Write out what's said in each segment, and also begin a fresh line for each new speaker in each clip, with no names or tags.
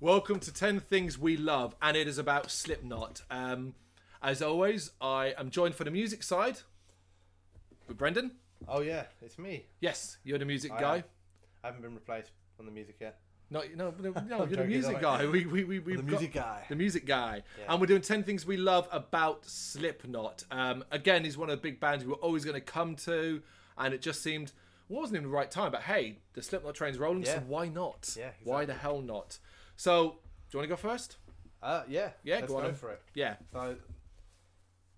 Welcome to 10 Things We Love, and it is about Slipknot. Um, as always, I am joined for the music side with Brendan.
Oh yeah, it's me.
Yes, you're the music
I
guy.
am. I haven't been replaced on the music yet.
No, no, no, no you're the
joking,
music
I'm-
guy. We, we, we, we've
the
got-
music guy.
The music guy.
Yeah.
And we're doing 10 things we love about Slipknot. Um, again, he's one of the big bands we were always going to come to. And it just seemed, well, it wasn't even the right time. But hey, the Slipknot train's rolling, so
Yeah.
why not?
Yeah,
Why the hell not? So, do you want to go first?
Uh, yeah.
Yeah,
let's
go on then.
for it.
Yeah.
So,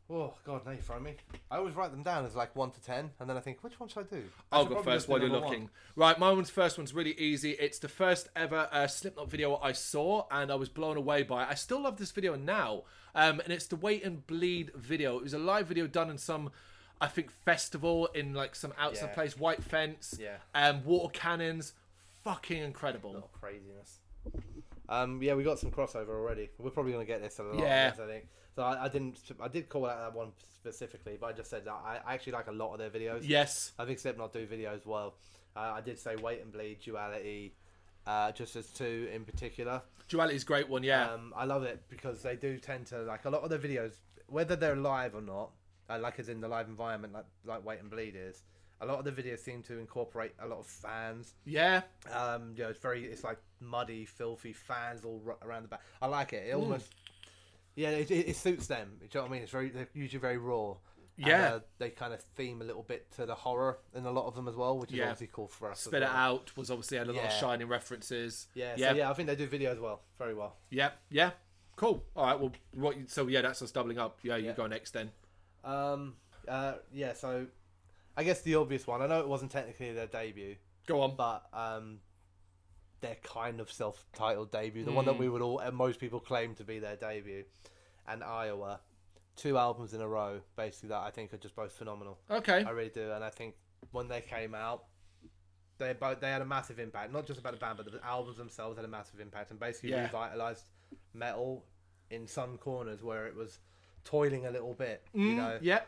oh god, now you throw me. I always write them down as like one to ten, and then I think which one should I do? I
I'll
should
go
probably
first
just do
while you're
number one.
looking. Right, my one's first one's really easy. It's the first ever uh, Slipknot video I saw, and I was blown away by it. I still love this video now, um, and it's the Wait and Bleed video. It was a live video done in some, I think, festival in like some outside
Yeah.
place, white fence,
Yeah.
um, water cannons, fucking incredible.
craziness. Um, yeah, we got some crossover already. We're probably going to get this a lot.
Yeah.
Yeah. I think. So I, I didn't. I did call out that one specifically, but I just said that I, I actually like a lot of their videos.
Yes,
I think Slipknot do videos well. Uh, I did say Wait and Bleed, Duality, uh, just as two in particular.
duality's a great one. Yeah,
Um, I love it because they do tend to like a lot of the videos, whether they're live or not, uh, like as in the live environment, like like Wait and Bleed is. A lot of the videos seem to incorporate a lot of fans.
yeah,
Um, you know, it's very, it's like muddy, filthy fans all ru- around the back. I like it. It
Hmm.
almost, yeah, it, it, it suits them. Do you know what I mean? It's very, they're usually very raw. And,
Yeah.
uh, they kind of theme a little bit to the horror in a lot of them as well, which is
Yeah.
obviously cool for us. as
spit it
well.
out was obviously had a lot of
Yeah.
shining references.
Yeah,
yeah,
so yeah. I think they do videos well, very well.
yeah, yeah. Cool. All right. Well, what? You, so yeah, that's us doubling up. Yeah, you
Yeah.
go next then.
Um, uh, yeah, so I guess the obvious one. I know it wasn't technically their debut,
Go on.
but um, their kind of self-titled debut, the one that we would all and most people claim to be their debut, and Iowa, two albums in a row, basically that I think are just both phenomenal.
Okay.
I really do, and I think when they came out, they both they had a massive impact. Not just about the band, but the albums themselves had a massive impact, and basically
Yeah.
revitalized metal in some corners where it was toiling a little bit. you know,
Hmm, Yeah.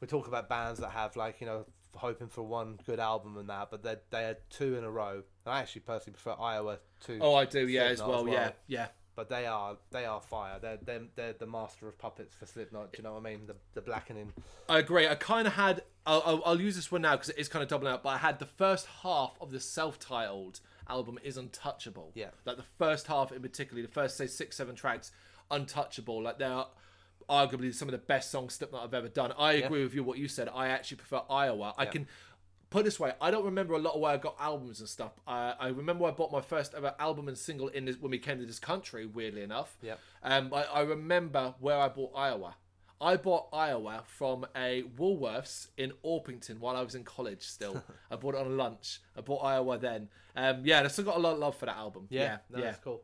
we talk about bands that have like you know hoping for one good album and that, but they they had two in a row. And I actually personally prefer Iowa to.
Oh, I do. Yeah, as
Slipknot
well. Yeah, yeah.
But they are they are fire. They're they're, they're the master of puppets for Slipknot. Do you know what I mean? The the blackening.
I agree. I kind of had. I'll, I'll, I'll use this one now because it is kind of doubling up. But I had the first half of the self-titled album is untouchable.
Yeah.
Like the first half in particularly, the first say six, seven tracks, untouchable. Like they are arguably some of the best songs Slipknot have ever done. I agree with you. What you said. I actually prefer Iowa. I can. Put it this way, I don't remember a lot of where I got albums and stuff. I, I remember I bought my first ever album and single in this, when we came to this country. Weirdly enough,
Yep.
Um, I, I remember where I bought Iowa. I bought Iowa from a Woolworths in Orpington while I was in college. Still, I bought it on lunch. I bought Iowa then. Um, yeah, and I still got a lot of love for that album. Yeah, yeah.
no, that's cool.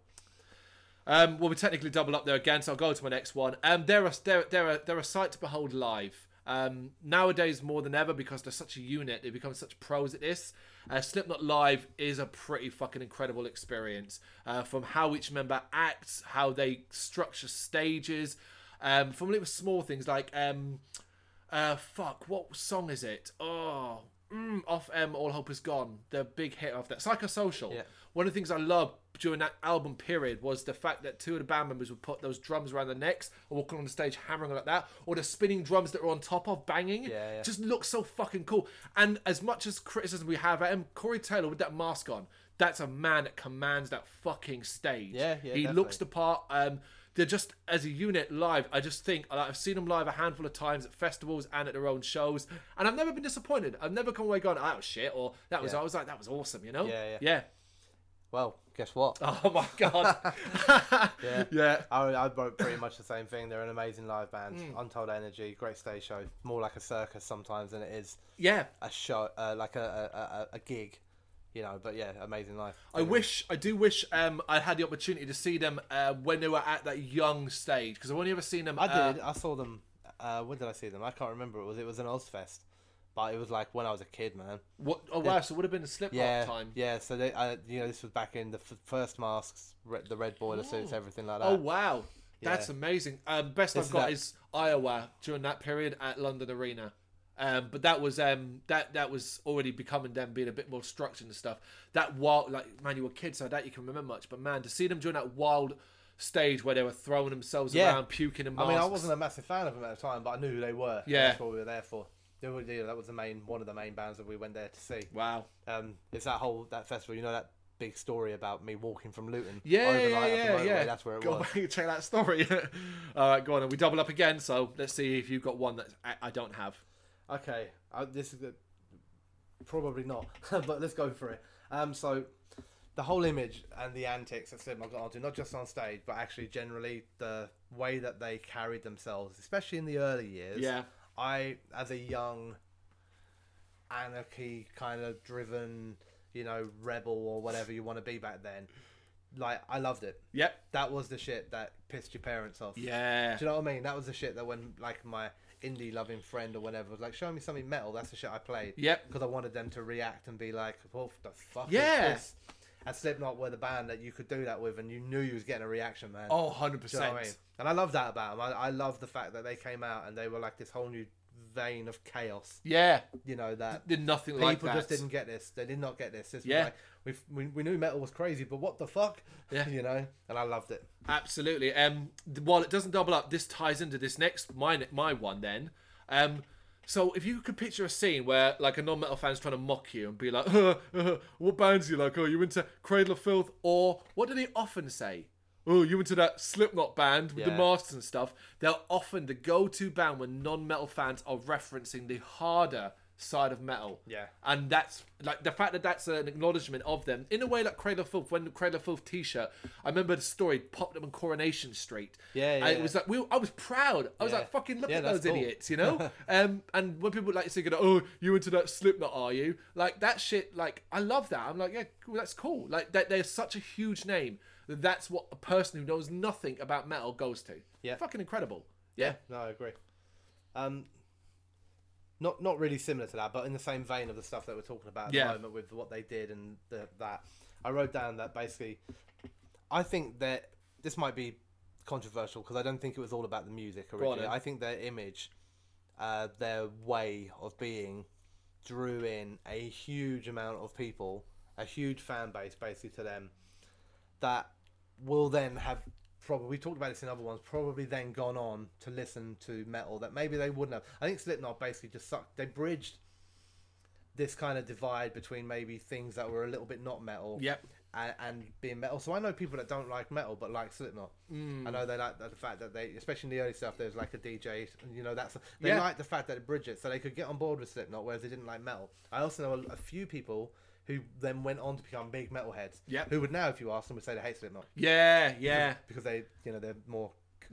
Um, well, we technically double up there again, so I'll go to my next one. Um, they're a they're, they're a they're a sight to behold live. Um, nowadays more than ever because they're such a unit, they become such pros at this. Uh, Slipknot live is a pretty fucking incredible experience. Uh, from how each member acts, how they structure stages, um, from little small things like um, uh, fuck, what song is it? Oh, mm, off M, All Hope Is Gone, the big hit of that. Psychosocial.
Yeah.
One of the things I loved during that album period was the fact that two of the band members would put those drums around their necks and walking on the stage hammering like that, or the spinning drums that were on top of banging.
Yeah, yeah.
Just looks so fucking cool. And as much as criticism we have at him, Corey Taylor with that mask on, that's a man that commands that fucking stage.
Yeah, yeah,
He
definitely.
looks the apart. Um, they're just as a unit live. I just think like, I've seen them live a handful of times at festivals and at their own shows, and I've never been disappointed. I've never come away going, "Oh that was shit," or "That was."
Yeah.
I was like, "That was awesome," you know?
Yeah, yeah.
yeah.
Well, guess what?
Oh my god.
Yeah.
yeah.
I, I wrote pretty much the same thing. They're an amazing live band,
Mm.
untold energy, great stage show. More like a circus sometimes than it is
Yeah.
a show, uh, like a, a, a- a, a gig, you know. But yeah, amazing life.
I wish I do wish um I had the opportunity to see them uh, when they were at that young stage because I've only ever seen them.
I
uh,
did. I saw them. Uh, when did I see them? I can't remember. It was it was an Ozfest, but it was like when I was a kid, man.
what, oh wow! So it would have been a slip
Yeah,
time.
yeah. So they, I, you know, this was back in the f- first masks, re- the red boiler suits, everything like that.
Oh wow, that's
Yeah.
amazing. Um, best
This
I've
is
got
that-
is Iowa during that period at London Arena. Um, but that was um, that that was already becoming them being a bit more structured and stuff. That wild, like man, you were kids, so I doubt you can remember much. But man, to see them during that wild stage where they were throwing themselves
Yeah.
around, puking and
I mean, I wasn't a massive fan of them at the time, but I knew who they were. and
Yeah.
that's what we were there for. They were- yeah, that was the main one of the main bands that we went there to see.
wow.
Um, it's that whole that festival. You know that big story about me walking from Luton.
Yeah,
overnight
yeah,
up the
yeah,
motorway,
yeah.
That's where it
go
was.
back and check that story. All right, go on. And we double up again. So let's see if you've got one that I, I don't have.
Okay, uh, this is the, probably not, but let's go for it. Um, so the whole image and the antics that Slipknot got onto, not just on stage, but actually generally the way that they carried themselves, especially in the early years.
Yeah.
I, as a young, anarchy kind of driven, you know, rebel or whatever you want to be back then, like I loved it.
Yep.
That was the shit that pissed your parents off.
Yeah.
Do you know what I mean? That was the shit that when like my indie loving friend or whatever was like, show me something metal. That's the shit I played.
Yep.
Because I wanted them to react and be like, what the fuck
Yeah.
is this? And Slipknot were the band that you could do that with, and you knew you was getting a reaction, man.
Oh, 100
Do you know what I mean?
percent.
And I love that about them. I, I love the fact that they came out and they were like this whole new vein of chaos.
Yeah.
You know that
Did nothing like
people
that.
just didn't get this. They did not get this. this was
Yeah.
like, we've, we we knew metal was crazy, but what the fuck?
Yeah.
You know. And I loved it.
Absolutely. Um, th- while it doesn't double up, this ties into this next my ne- my one then. Um, so if you could picture a scene where like a non-metal fan's trying to mock you and be like, uh, uh, "What bands you like? Oh, you into Cradle of Filth?" Or what do they often say? Oh, you into that Slipknot band with the
Yeah.
masks and stuff? They're often the go-to band when non-metal fans are referencing the harder side of metal.
Yeah.
And that's like the fact that that's an acknowledgement of them in a way, like Cradle of Filth. When the Cradle of Filth T-shirt, I remember the story popped up on Coronation Street.
Yeah,
and
yeah,
it was like we. I was proud. I was
Yeah.
like, fucking look
Yeah,
at
that's
those
cool.
idiots, you know. um, and when people like say, "Oh, you into that Slipknot? Are you?" Like that shit. Like I love that. I'm like, yeah, cool, that's cool. Like that they're such a huge name. that That's what a person who knows nothing about metal goes to.
Yeah.
fucking incredible. Yeah,
No, I agree. Um, not not really similar to that, but in the same vein of the stuff that we're talking about at
Yeah.
the moment with what they did and the, that. I wrote down that basically, I think that this might be controversial because I don't think it was all about the music
on
originally.
then.
I think their image, uh, their way of being, drew in a huge amount of people, a huge fan base basically to them that will then have probably we talked about this in other ones probably then gone on to listen to metal that maybe they wouldn't have i think slipknot basically just sucked they bridged this kind of divide between maybe things that were a little bit not metal
Yep.
and, and being metal so i know people that don't like metal but like slipknot
Mm.
i know they like the fact that they especially in the early stuff there's like a dj you know that's they
Yeah.
like the fact that it bridged it so they could get on board with slipknot whereas they didn't like metal i also know a, a few people who then went on to become big metalheads
Yep.
who would now if you asked them would say they hate slipknot
yeah, yeah.
because they you know they're more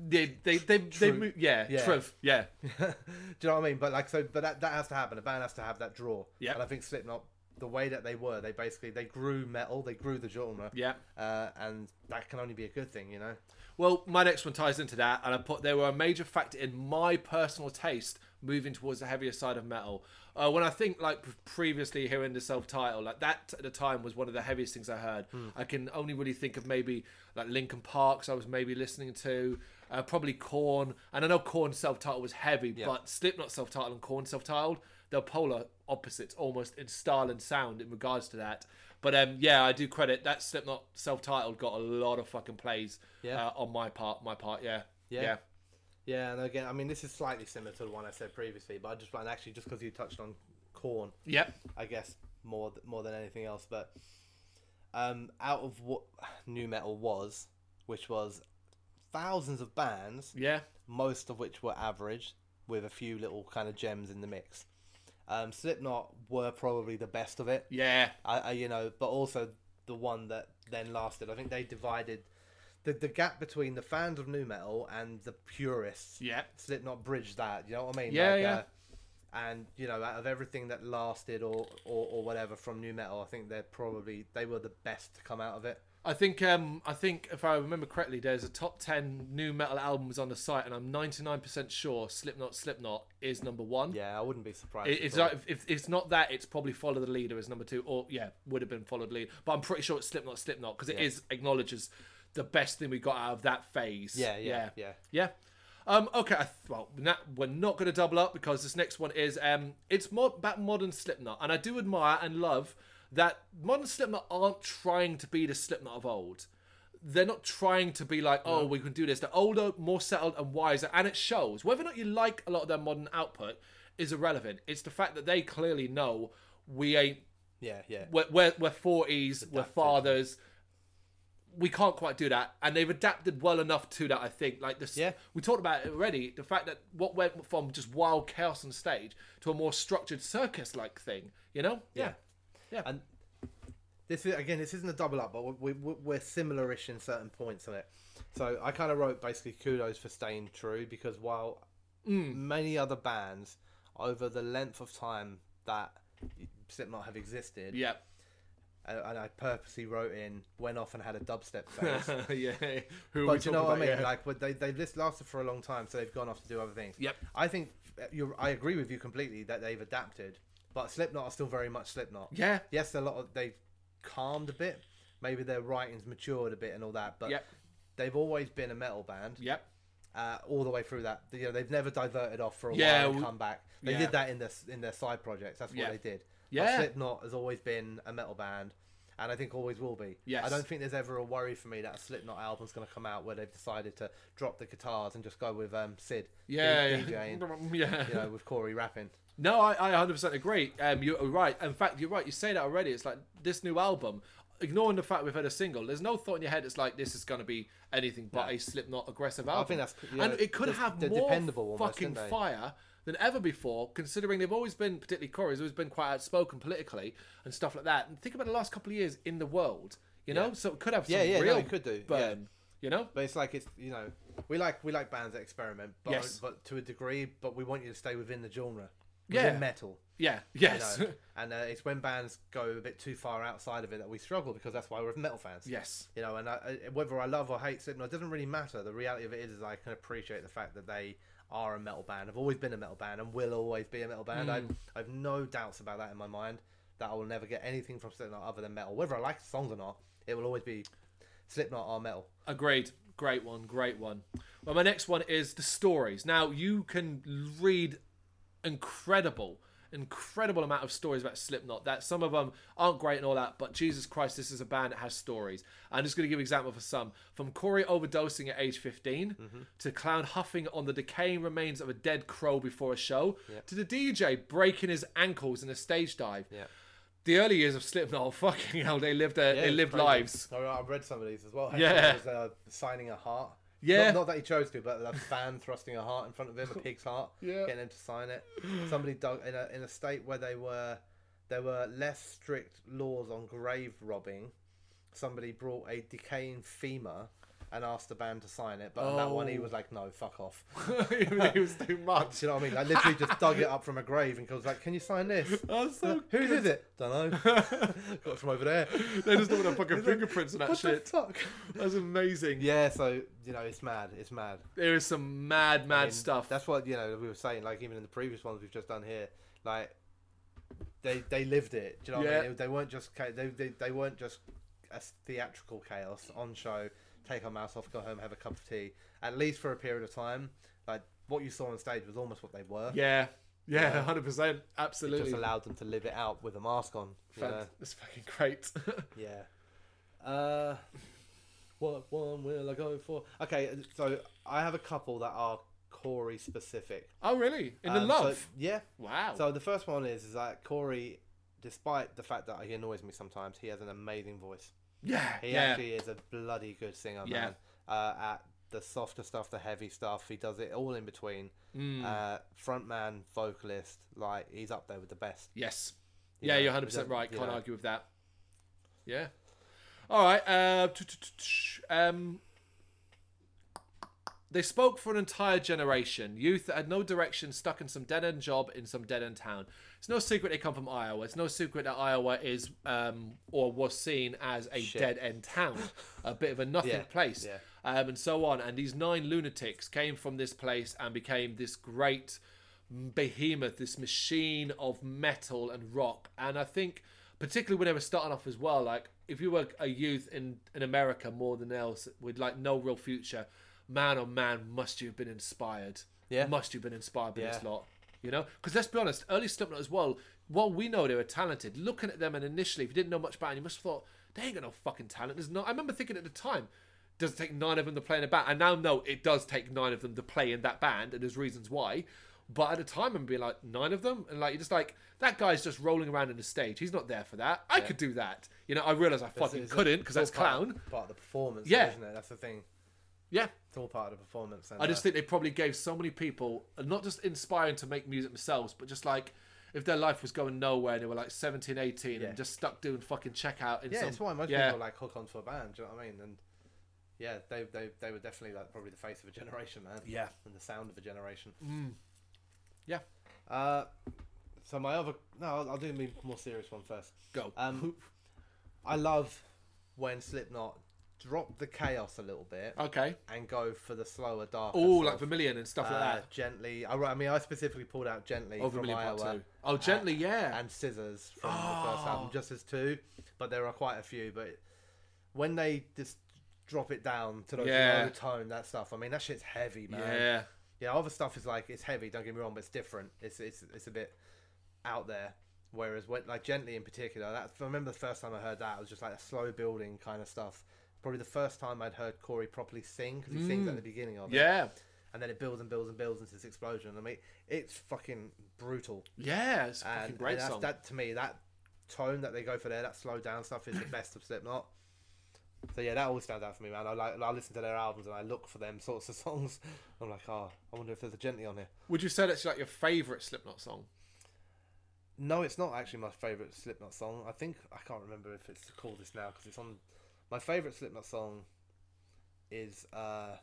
They, they, they, they,
True.
move. Yeah,
Yeah.
truth. Yeah,
do you know what I mean but like so but that, that has to happen a band has to have that draw
Yeah.
and I think Slipknot the way that they were they basically they grew metal they grew the genre
yeah.
uh, and that can only be a good thing you know
Well, my next one ties into that, and I put they were a major factor in my personal taste moving towards the heavier side of metal. Uh, when I think like pre- previously hearing the self-title, like that at the time was one of the heaviest things I heard. I can only really think of maybe like Linkin Park's I was maybe listening to, uh, probably Corn, and I know Corn self-title was heavy, but Slipknot self-title and Corn self-titled they're polar opposites almost in style and sound in regards to that. But um, yeah, I do credit that Slipknot self-titled got a lot of fucking plays
Yeah.
uh, on my part, my part, yeah.
Yeah. yeah and again I mean this is slightly similar to the one I said previously but I just want actually just because you touched on corn
Yep.
I guess more th- more than anything else. But um, out of what new metal was, which was thousands of bands,
Yeah.
most of which were average, with a few little kind of gems in the mix. Um, Slipknot were probably the best of it.
Yeah.
I, I you know, but also the one that then lasted. I think they divided the the gap between the fans of new metal and the purists.
Yeah.
Slipknot bridged that. You know what I mean?
Yeah,
like,
yeah.
Uh, and you know, out of everything that lasted or, or or whatever from new metal, I think they're probably they were the best to come out of it.
I think um I think if I remember correctly, there's a top ten new metal albums on the site, and I'm 99% sure Slipknot Slipknot is number one.
Yeah, I wouldn't be surprised.
It-
at
It's
all.
like, if, if it's not that, it's probably Follow the Leader is number two, or yeah, would have been Follow the Leader. But I'm pretty sure it's Slipknot, Slipknot, because it is acknowledged as the best thing we got out of that phase.
yeah, yeah, yeah,
yeah. Um, okay, I th- well, na- we're not going to double up because this next one is um, it's more about modern Slipknot, and I do admire and love that modern Slipknot aren't trying to be the Slipknot of old. They're not trying to be like, oh, we can do this. They're older, more settled, and wiser, and it shows. Whether or not you like a lot of their modern output is irrelevant. It's the fact that they clearly know we ain't
Yeah, yeah.
we're we're, we're 40s, we're
Adapted.
fathers. We can't quite do that, and they've adapted well enough to that. I think, like this,
Yeah.
we talked about it already. The fact that what went from just wild chaos on stage to a more structured circus-like thing, you know?
Yeah.
Yeah.
And this is again, this isn't a double up, but we, we, we're similar-ish in certain points on it. So I kind of wrote basically kudos for staying true because while
Mm.
many other bands over the length of time that Slipknot have existed,
yeah,
and, and I purposely wrote in went off and had a dubstep phase.
yeah. Who are we
But
talking
do you know
about?
what I mean?
Yeah.
Like, but they they've just lasted for a long time, so they've gone off to do other things.
Yep.
I think you I agree with you completely that they've adapted, but Slipknot are still very much Slipknot.
yeah,
Yes, a lot of they've calmed a bit. Maybe their writing's matured a bit and all that, but
Yep.
they've always been a metal band
yep,
uh, all the way through that. You know, they've never diverted off for a
Yeah,
while and
we-
come back. They
yeah.
did that in their in their side projects. That's what
Yeah.
they did.
Yeah.
But Slipknot has always been a metal band, and I think always will be.
Yes.
I don't think there's ever a worry for me that a Slipknot album's going to come out where they've decided to drop the guitars and just go with um, Sid.
yeah,
D-
yeah.
DJing,
yeah.
you know, with Corey rapping.
No, I, I 100% agree. Um, you're right. In fact, you're right. You say that already. It's like this new album, ignoring the fact we've had a single, there's no thought in your head it's like this is going to be anything but a Slipknot aggressive album.
think that's- yeah,
and it could
they're-
have
they're
more
dependable almost,
fucking
aren't they?
fire than ever before, considering they've always been, particularly Corey's always been quite outspoken politically and stuff like that. And think about the last couple of years in the world, you know? So it could have some
Yeah, yeah, no,
real
it could do, yeah.
burn, you know?
But it's like it's you know we like we like bands that experiment, but
Yes.
but to a degree, but we want you to stay within the genre, within
Yeah.
metal.
Yeah,
you
yes.
know. and uh, it's when bands go a bit too far outside of it that we struggle because that's why we're metal fans.
yes.
You know, and I, I- whether I love or hate Slipknot it doesn't really matter. The reality of it is, is I can appreciate the fact that they are a metal band. I've always been a metal band and will always be a metal band.
Mm.
I've, I've no doubts about that in my mind. That I will never get anything from Slipknot other than metal. Whether I like the songs or not, it will always be Slipknot or metal.
Agreed. Great one. Great one. Well, my next one is the stories. Now you can read incredible, incredible amount of stories about Slipknot. That some of them aren't great and all that, but Jesus Christ, this is a band that has stories. I'm just going to give an example for some. From Corey overdosing at age 15,
Mm-hmm.
to clown huffing on the decaying remains of a dead crow before a show, to the DJ breaking his ankles in a stage dive.
Yeah.
The early years of Slipknot, fucking hell, they lived their, they
it's
lived
crazy.
lives.
So I read some of these as well.
Yeah.
It was uh, signing a heart.
Yeah.
Not, not that he chose to, but a fan thrusting a heart in front of him, a pig's heart,
Yeah.
getting him to sign it. Somebody dug in a in a state where they were there were less strict laws on grave robbing. Somebody brought a decaying femur and asked the band to sign it, but on that one he
Oh.
was like, "No, fuck off."
it was too much.
Do you know what I mean? Like literally just dug it up from a grave and was like, "Can you sign this?"
Oh, so
Whose is it? Don't know. Got it from over there.
They just don't want to fucking fingerprints and that
What the
shit.
fuck?
That's amazing.
Yeah, so you know, it's mad. It's mad.
There is some mad, mad
And
stuff.
That's what you know we were saying. Like even in the previous ones we've just done here, like they they lived it. Do you know what
Yeah.
I mean? They, they weren't just cha- they, they they weren't just a theatrical chaos on show. Take our mouse off, go home, have a cup of tea. At least for a period of time, like what you saw on stage was almost what they were.
yeah, yeah,
Yeah.
hundred percent,
It
absolutely.
just allowed them to live it out with a mask on. you
Fan-
know?
That's fucking great.
Yeah. Uh, what one will I go for? Okay, so I have a couple that are Corey specific.
oh, really? In the
Um, so-
love?
yeah.
wow.
So the first one is is that Corey, despite the fact that he annoys me sometimes, he has an amazing voice.
yeah,
He
yeah,
actually is a bloody good singer,
Yeah.
man. Uh, at the softer stuff, the heavy stuff, he does it all in between.
Mm.
Uh, frontman, vocalist, like he's up there with the best.
yes,
you
yeah.
know,
you're hundred percent
you
right.
know.
Can't argue with that. Yeah. All right. Uh, t- t- t- t- um, they spoke for an entire generation. Youth that had no direction, stuck in some dead end job in some dead end town. It's no secret they come from Iowa. It's no secret that Iowa is um, or was seen as a
Shit.
dead end town, a bit of a nothing
Yeah,
place,
yeah.
um, and so on. And these nine lunatics came from this place and became this great behemoth, this machine of metal and rock. And I think, particularly when they were starting off as well, like if you were a youth in, in America more than else with like no real future, man, oh man, must you have been inspired?
Yeah.
must you have been inspired by this
Yeah.
lot? You know, because let's be honest, early Slipknot as well. While we know they were talented, looking at them and initially, if you didn't know much about them, you must have thought they ain't got no fucking talent. There's no. I remember thinking at the time, does it take nine of them to play in a band? I now know it does take nine of them to play in that band, and there's reasons why. But at the time, I'm being like nine of them, and like you're just like that guy's just rolling around in the stage. He's not there for that. I could do that. You know, I realized I fucking
It's- it's
couldn't
all
because that's
part-
clown.
Part of the performance,
Yeah.
yeah. isn't it? That's the thing.
Yeah,
It's all part of the performance. And,
I just think they probably gave so many people, not just inspiring to make music themselves, but just like if their life was going nowhere, they were like 17, 18
Yeah.
and just stuck doing fucking checkout. In
yeah,
some,
it's why most
yeah,
people like hook onto a band. Do you know what I mean? And yeah, they they they were definitely like probably the face of a generation, man.
Yeah.
and the sound of a generation.
Yeah.
Uh, so my other no, I'll, I'll do the more serious one first.
go.
Um, I love when Slipknot drop the chaos a little bit
okay.
and go for the slower, darker.
Oh,
stuff.
like Vermilion and stuff like
Uh,
that.
gently. I, wrote- I mean, I specifically pulled out gently
Oh,
from
Vermilion Part
Iowa
2. Oh, Gently, yeah.
Uh,
Oh.
and Scissors from the first album, just as two. But there are quite a few. But when they just drop it down to those
Yeah.
low tone, that stuff. I mean, that shit's heavy, man.
yeah.
Yeah, other stuff is like it's heavy. Don't get me wrong, but it's different. It's it's it's a bit out there. Whereas when like gently in particular, that's I remember the first time I heard that it was just like a slow building kind of stuff. Probably the first time I'd heard Corey properly sing because he sings at the beginning of it,
Mm. Yeah.
and then it builds and builds and builds into this explosion. I mean, it's fucking brutal.
Yeah. It's a fucking
And,
great
and that's,
song.
That to me, that tone that they go for there, that slow down stuff is the best of Slipknot. So yeah, that always stands out for me, man. I like I listen to their albums and I look for them sorts of songs. I'm like, oh, I wonder if there's a gently on here.
Would you say that's like your favourite Slipknot song?
No, it's not actually my favorite Slipknot song. I think I can't remember if it's called this now because it's on. My favorite Slipknot song is uh,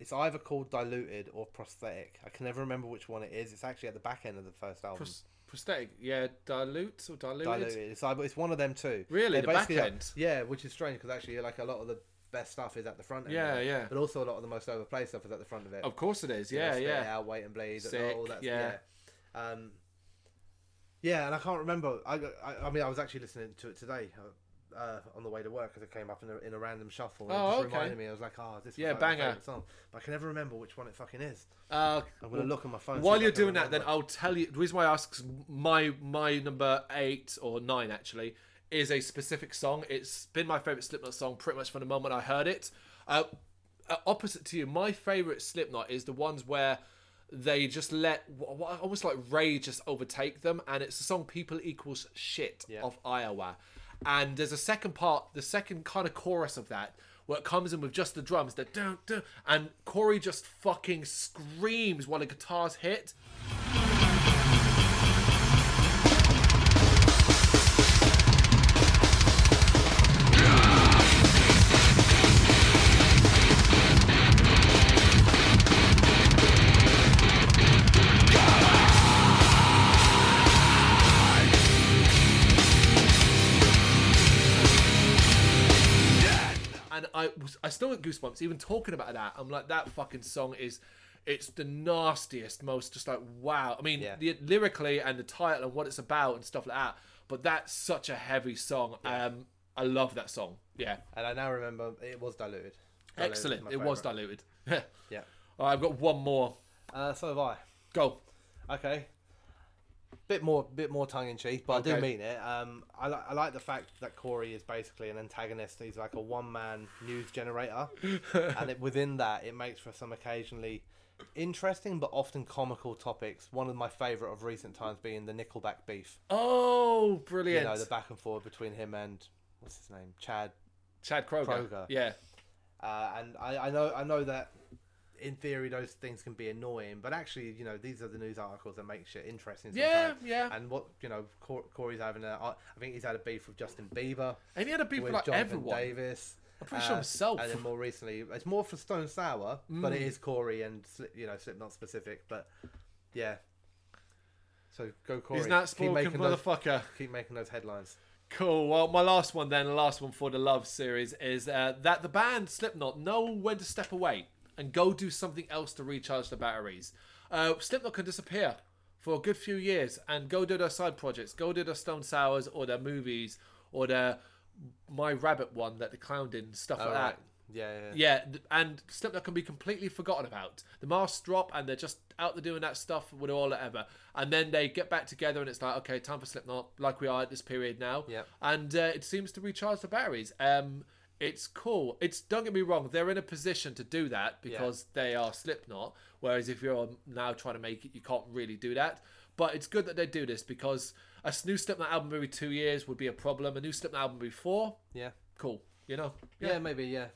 it's either called Diluted or Prosthetic. I can never remember which one it is. It's actually at the back end of the first album.
Pros- prosthetic. Yeah. Dilute or diluted?
diluted. It's like, but it's one of them too.
Really? The back
basically like-
end?
yeah, which is strange because actually, like a lot of the best stuff is at the front end.
Yeah,
of it,
yeah.
But also a lot of the most overplayed stuff is at the front of it.
Of course it is.
You know,
Yeah.
Spit It
Yeah.
Out, wait and bleed.
Sick,
all that,
yeah.
yeah. Um, yeah, and I can't remember. I, I, I mean, I was actually listening to it today. uh, Uh, on the way to work, because it came up in a, in a random shuffle, and
Oh,
it just
okay.
reminded me. I was like, "Oh, this was
Yeah,
like my
banger.
favourite song," but I can never remember which one it fucking is.
Uh,
I'm gonna look on my phone. see
While
if I
you're
can
doing that, then
remember.
I'll tell you. The reason why I ask is my my number eight or nine actually is a specific song. It's been my favorite Slipknot song pretty much from the moment I heard it. Uh, uh, opposite to you, my favorite Slipknot is the ones where they just let wh- wh- almost like rage just overtake them, and it's the song "People Equals Shit" of Iowa. And there's a second part, the second kind of chorus of that, where it comes in with just the drums, that do do, and Corey just fucking screams while the guitars hit. and I was I still get goosebumps even talking about that. I'm like that fucking song is it's the nastiest, most just like wow. I mean,
Yeah.
the, lyrically and the title and what it's about and stuff like that. But that's such a heavy song. Um, I love that song. Yeah,
and I now remember it was diluted. Diluted is
excellent.
my
It was
favourite.
diluted.
Yeah.
All right, I've got one more.
Uh, so have I.
Go.
Okay. Bit more, bit more tongue in cheek, but I do
Okay.
mean it. Um, I, li- I like the fact that Corey is basically an antagonist. He's like a one-man news generator, and it, within that, it makes for some occasionally interesting but often comical topics. One of my favourite of recent times being the Nickelback beef.
Oh,
You
brilliant!
know, the back and forth between him and what's his name, Chad
Chad Kroger.
Kroger.
Yeah.
uh, and I, I know I know that in theory those things can be annoying, but actually you know these are the news articles that make shit interesting.
Yeah,
sometimes.
yeah.
And what you know, Cor- Corey's having a, I think he's had a beef with Justin Bieber,
And he had a beef with
with
like
Jonathan
everyone.
Davis. I'm
pretty sure himself.
And then more recently, it's more for Stone Sour, but
Mm.
it is Corey and Sli- you know Slipknot specific. But yeah, so go Corey.
He's that
keep
spoken
making those,
motherfucker.
keep making those headlines.
Cool. Well, my last one then, the last one for the love series is uh, that the band Slipknot know when to step away and go do something else to recharge the batteries. Uh, Slipknot can disappear for a good few years and go do their side projects, go do their Stone Sours or their movies or their My Rabbit one that the clown did and stuff like
All right.
that.
Yeah, yeah.
Yeah, th- and Slipknot can be completely forgotten about. The masks drop, and they're just out there doing that stuff, with all whatever. And then they get back together, and it's like, okay, time for Slipknot, like we are at this period now.
Yep.
And uh, it seems to recharge the batteries. Um, it's cool. It's don't get me wrong; they're in a position to do that because they are Slipknot. Whereas if you're now trying to make it, you can't really do that. But it's good that they do this because a new Slipknot album every two years would be a problem. A new Slipknot album every four,
yeah.
cool. You know,
Yeah, maybe, yeah.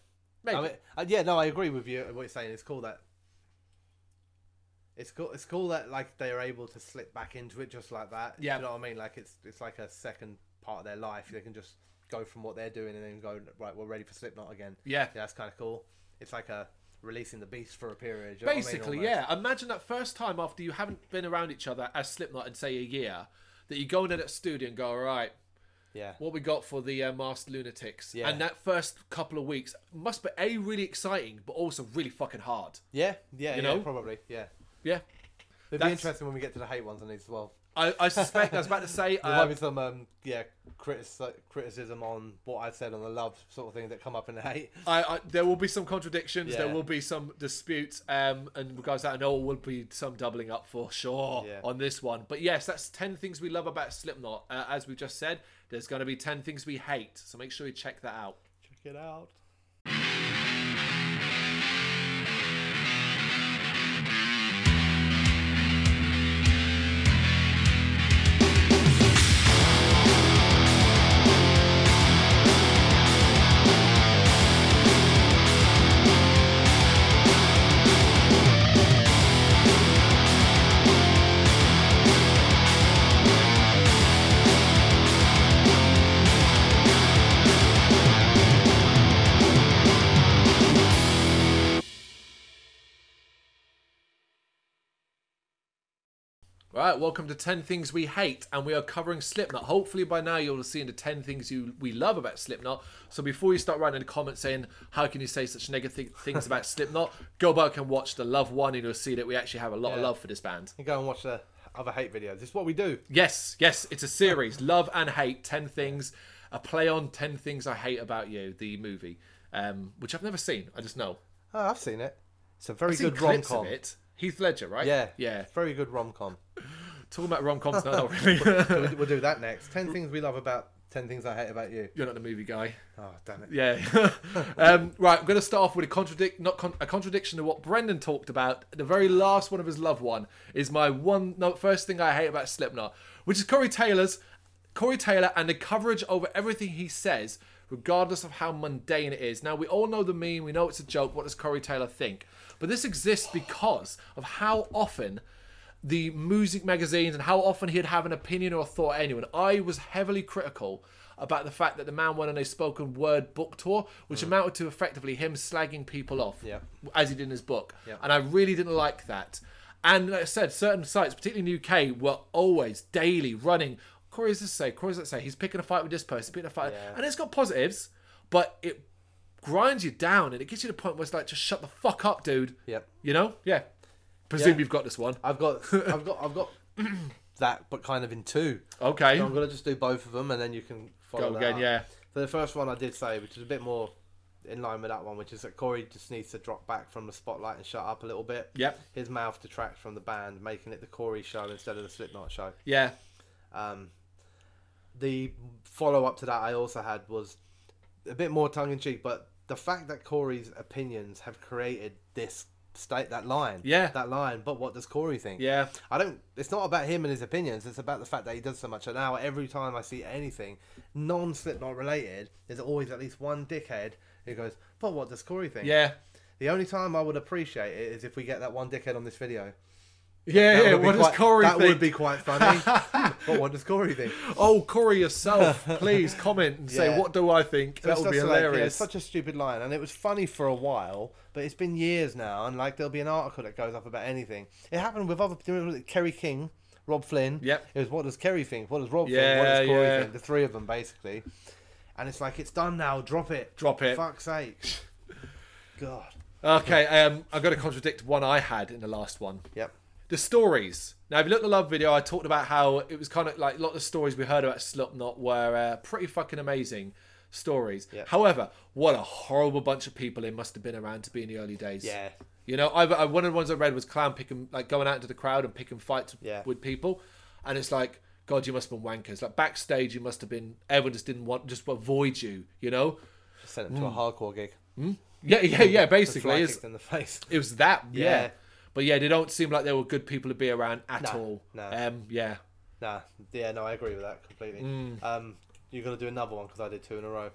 Maybe.
I mean, uh, yeah, no, I agree with you. What you're saying It's cool that it's cool. It's cool that like they are able to slip back into it just like that.
Yeah.
you know what I mean. Like it's it's like a second part of their life. They can just go from what they're doing and then go right. We're ready for Slipknot again.
Yeah.
that's kind of cool. It's like a releasing the beast for a period. you know what I mean,
Basically,
almost.
yeah. Imagine that first time after you haven't been around each other as Slipknot in say a year, that you go into that studio and go, all right,
yeah,
what we got for the uh, Masked Lunatics?
Yeah.
And that first couple of weeks must be a really exciting, but also really fucking hard.
yeah, yeah.
You
yeah,
know?
probably. Yeah,
Yeah.
it'd be
That's-
interesting when we get to the hate ones on these as well.
I, I suspect I was about to say
There
uh,
might be some um, yeah critici- criticism on what I said on the love sort of thing that come up in the hate.
I, I, there will be some contradictions, there
Yeah.
will be some disputes, um, and regards to that, I know will be some doubling up for sure
Yeah.
on this one. But yes, that's 10 things we love about Slipknot. Uh, as we just said, there's going to be 10 things we hate, so make sure you check that out.
Check it out.
All right, welcome to 10 Things We Hate, and we are covering Slipknot. Hopefully, by now, you'll have seen the 10 things you we love about Slipknot. So, before you start writing in the comments saying, How can you say such negative things about Slipknot? Go back and watch the Love One, and you'll see that we actually have a lot of
Yeah.
love for this band.
and go and watch the other hate videos. It's what we do.
Yes, yes, it's a series Love and Hate 10 Things, a play on 10 Things I Hate About You, the movie, um, which I've never seen. I just know.
Oh, I've seen it. It's a very
Seen
good rom
clips of
com.
it. Heath Ledger, right?
Yeah,
Yeah.
very good rom com.
Talking about rom coms, no, not really.
we'll, we'll do that next. Ten things we love about. Ten things I hate about you.
You're not the movie guy.
Oh damn it!
Yeah. um, right, I'm going to start off with a contradict, not con- a contradiction to what Brendan talked about. The very last one of his love one is my one, no, first thing I hate about Slipknot, which is Corey Taylor's, Corey Taylor and the coverage over everything he says, regardless of how mundane it is. Now we all know the meme, we know it's a joke. What does Corey Taylor think? But this exists because of how often the music magazines and how often he'd have an opinion or a thought at anyone. I was heavily critical about the fact that the man went on a spoken word book tour, which amounted to effectively him slagging people off,
Mm. Yeah.
as he did in his book.
Yeah.
And I really didn't like that. And like I said, certain sites, particularly in the UK, were always daily running. Corey does this say, Corey does that say, he's picking a fight with this person, picking a fight.
Yeah.
And it's got positives, but it grinds you down and it gets you to the point where it's like, just shut the fuck up, dude.
Yep,
You know? Yeah. Presume
Yeah.
you've got this one.
I've got, I've got, I've got that, but kind of in two.
Okay.
So I'm gonna just do both of them, and then you can follow
Go
that
again,
up.
yeah.
So the first one I did say, which is a bit more in line with that one, which is that Corey just needs to drop back from the spotlight and shut up a little bit.
Yep.
His mouth detracts from the band, making it the Corey show instead of the Slipknot show.
Yeah.
Um, the follow up to that I also had was a bit more tongue in cheek, but the fact that Corey's opinions have created this state that line,
Yeah.
that line. But what does Corey think?
Yeah.
I don't. It's not about him and his opinions. It's about the fact that he does so much. And now every time I see anything non-Slipknot related, there's always at least one dickhead who goes, "But what does Corey think?"
Yeah.
The only time I would appreciate it is if we get that one dickhead on this video.
Yeah,
That
yeah.
would be
What does
quite-
Corey
That
think?
would be quite funny. but what does Corey think?
Oh, Corey yourself, please comment and say
Yeah.
what do I think.
So
that would
it's
be
just like, yeah, it's
hilarious.
such a stupid line, and it was funny for a while, but it's been years now, and like there'll be an article that goes up about anything. It happened with other people, Kerry King, Rob Flynn.
Yep.
It was what does Kerry think? What does Rob think? What
Yeah,
does Corey
yeah.
think? The three of them basically, and it's like it's done now. Drop it.
Drop it.
Fuck's sake. God.
okay, um, I'm going to contradict one I had in the last one.
Yep.
The stories. Now, if you look at the love video, I talked about how it was kind of like a lot of the stories we heard about Slipknot were uh, pretty fucking amazing. stories.
Yeah.
However, what a horrible bunch of people it must have been around to be in the early days.
Yeah.
You know, I, I one of the ones I read was clown picking, like going out into the crowd and picking fights
Yeah.
with people, and it's like, God, you must have been wankers. Like backstage, you must have been. Everyone just didn't want, just avoid you. You know?
Sent him to a hardcore gig.
Yeah, yeah, yeah.
Just
Mm. Basically,
fly
it's,
kicked in the face.
it was that. Yeah.
Yeah.
But yeah, they don't seem like they were good people to be around at
No,
all.
no.
Um, yeah.
Nah, yeah, no, I agree with that completely.
Mm.
Um, you're gonna do another one because I did two in a row.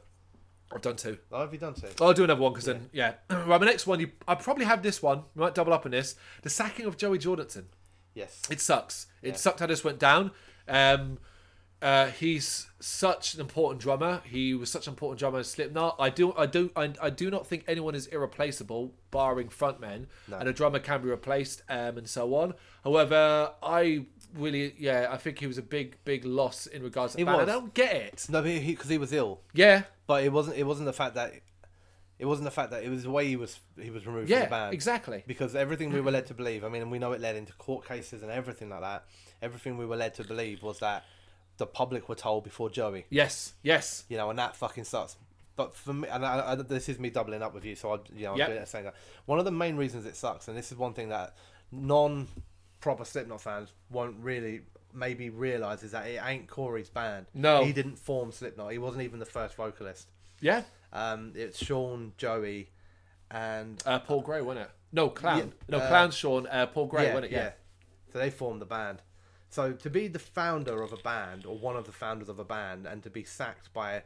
I've done two.
Oh, have you done two?
I'll do another one because then, yeah. right, my next one, you, I probably have this one. We might double up on this. The sacking of Joey Jordanson.
Yes.
It sucks. It
Yeah.
sucked how this went down. Um, uh, he's such an important drummer. He was such an important drummer in Slipknot. I do, I do, I, I do not think anyone is irreplaceable, barring frontmen, and a drummer can be replaced, um, and so on. However, I really, yeah, I think he was a big, big loss in regards to. the
He
band.
was.
I don't get it.
No, because he, 'cause he was ill,
Yeah,
but it wasn't. It wasn't the fact that it wasn't the fact that it was the way he was. He was removed from the
yeah,
band
exactly.
because everything we were led to believe. I mean, and we know it led into court cases and everything like that. Everything we were led to believe was that the public were told before Joey.
Yes, yes,
you know, and that fucking sucks. But for me, and I, I, this is me doubling up with you, so I, you know, I'm
Yep.
doing it saying that one of the main reasons it sucks, and this is one thing that non-proper Slipknot fans won't really maybe realize is that it ain't Corey's band.
No.
he didn't form Slipknot. He wasn't even the first vocalist.
yeah.
Um, it's Sean, Joey, and
Uh, Paul Gray, wasn't it? No, Clown. no,
Yeah, uh,
Clown. Sean. Uh, Paul Gray, wasn't it? yeah.
So they formed the band. So to be the founder of a band or one of the founders of a band and to be sacked by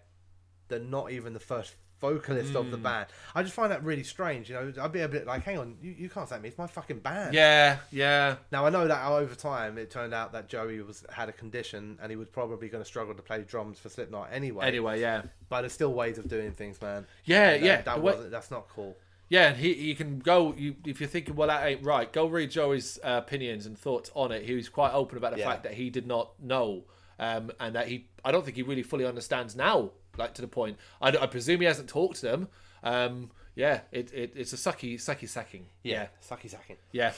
the not even the first vocalist of
Hmm.
the band, I just find that really strange. You know, I'd be a bit like, hang on, you, you can't sack me. It's my fucking band.
Yeah, yeah,
Now I know that over time it turned out that Joey was had a condition and he was probably going to struggle to play drums for Slipknot anyway.
Anyway, yeah,
But there's still ways of doing things, man.
yeah,
You know,
yeah.
That
The way-
wasn't. That's not cool.
yeah, and he, you can go. You, if you're thinking, well, that ain't right, go read Joey's uh, opinions and thoughts on it. He was quite open about the
Yeah.
fact that he did not know, um, and that he, I don't think he really fully understands now. Like to the point, I, I presume he hasn't talked to them. Um, yeah, it, it, it's a sucky, sucky sacking.
Sucky sacking.
Yeah.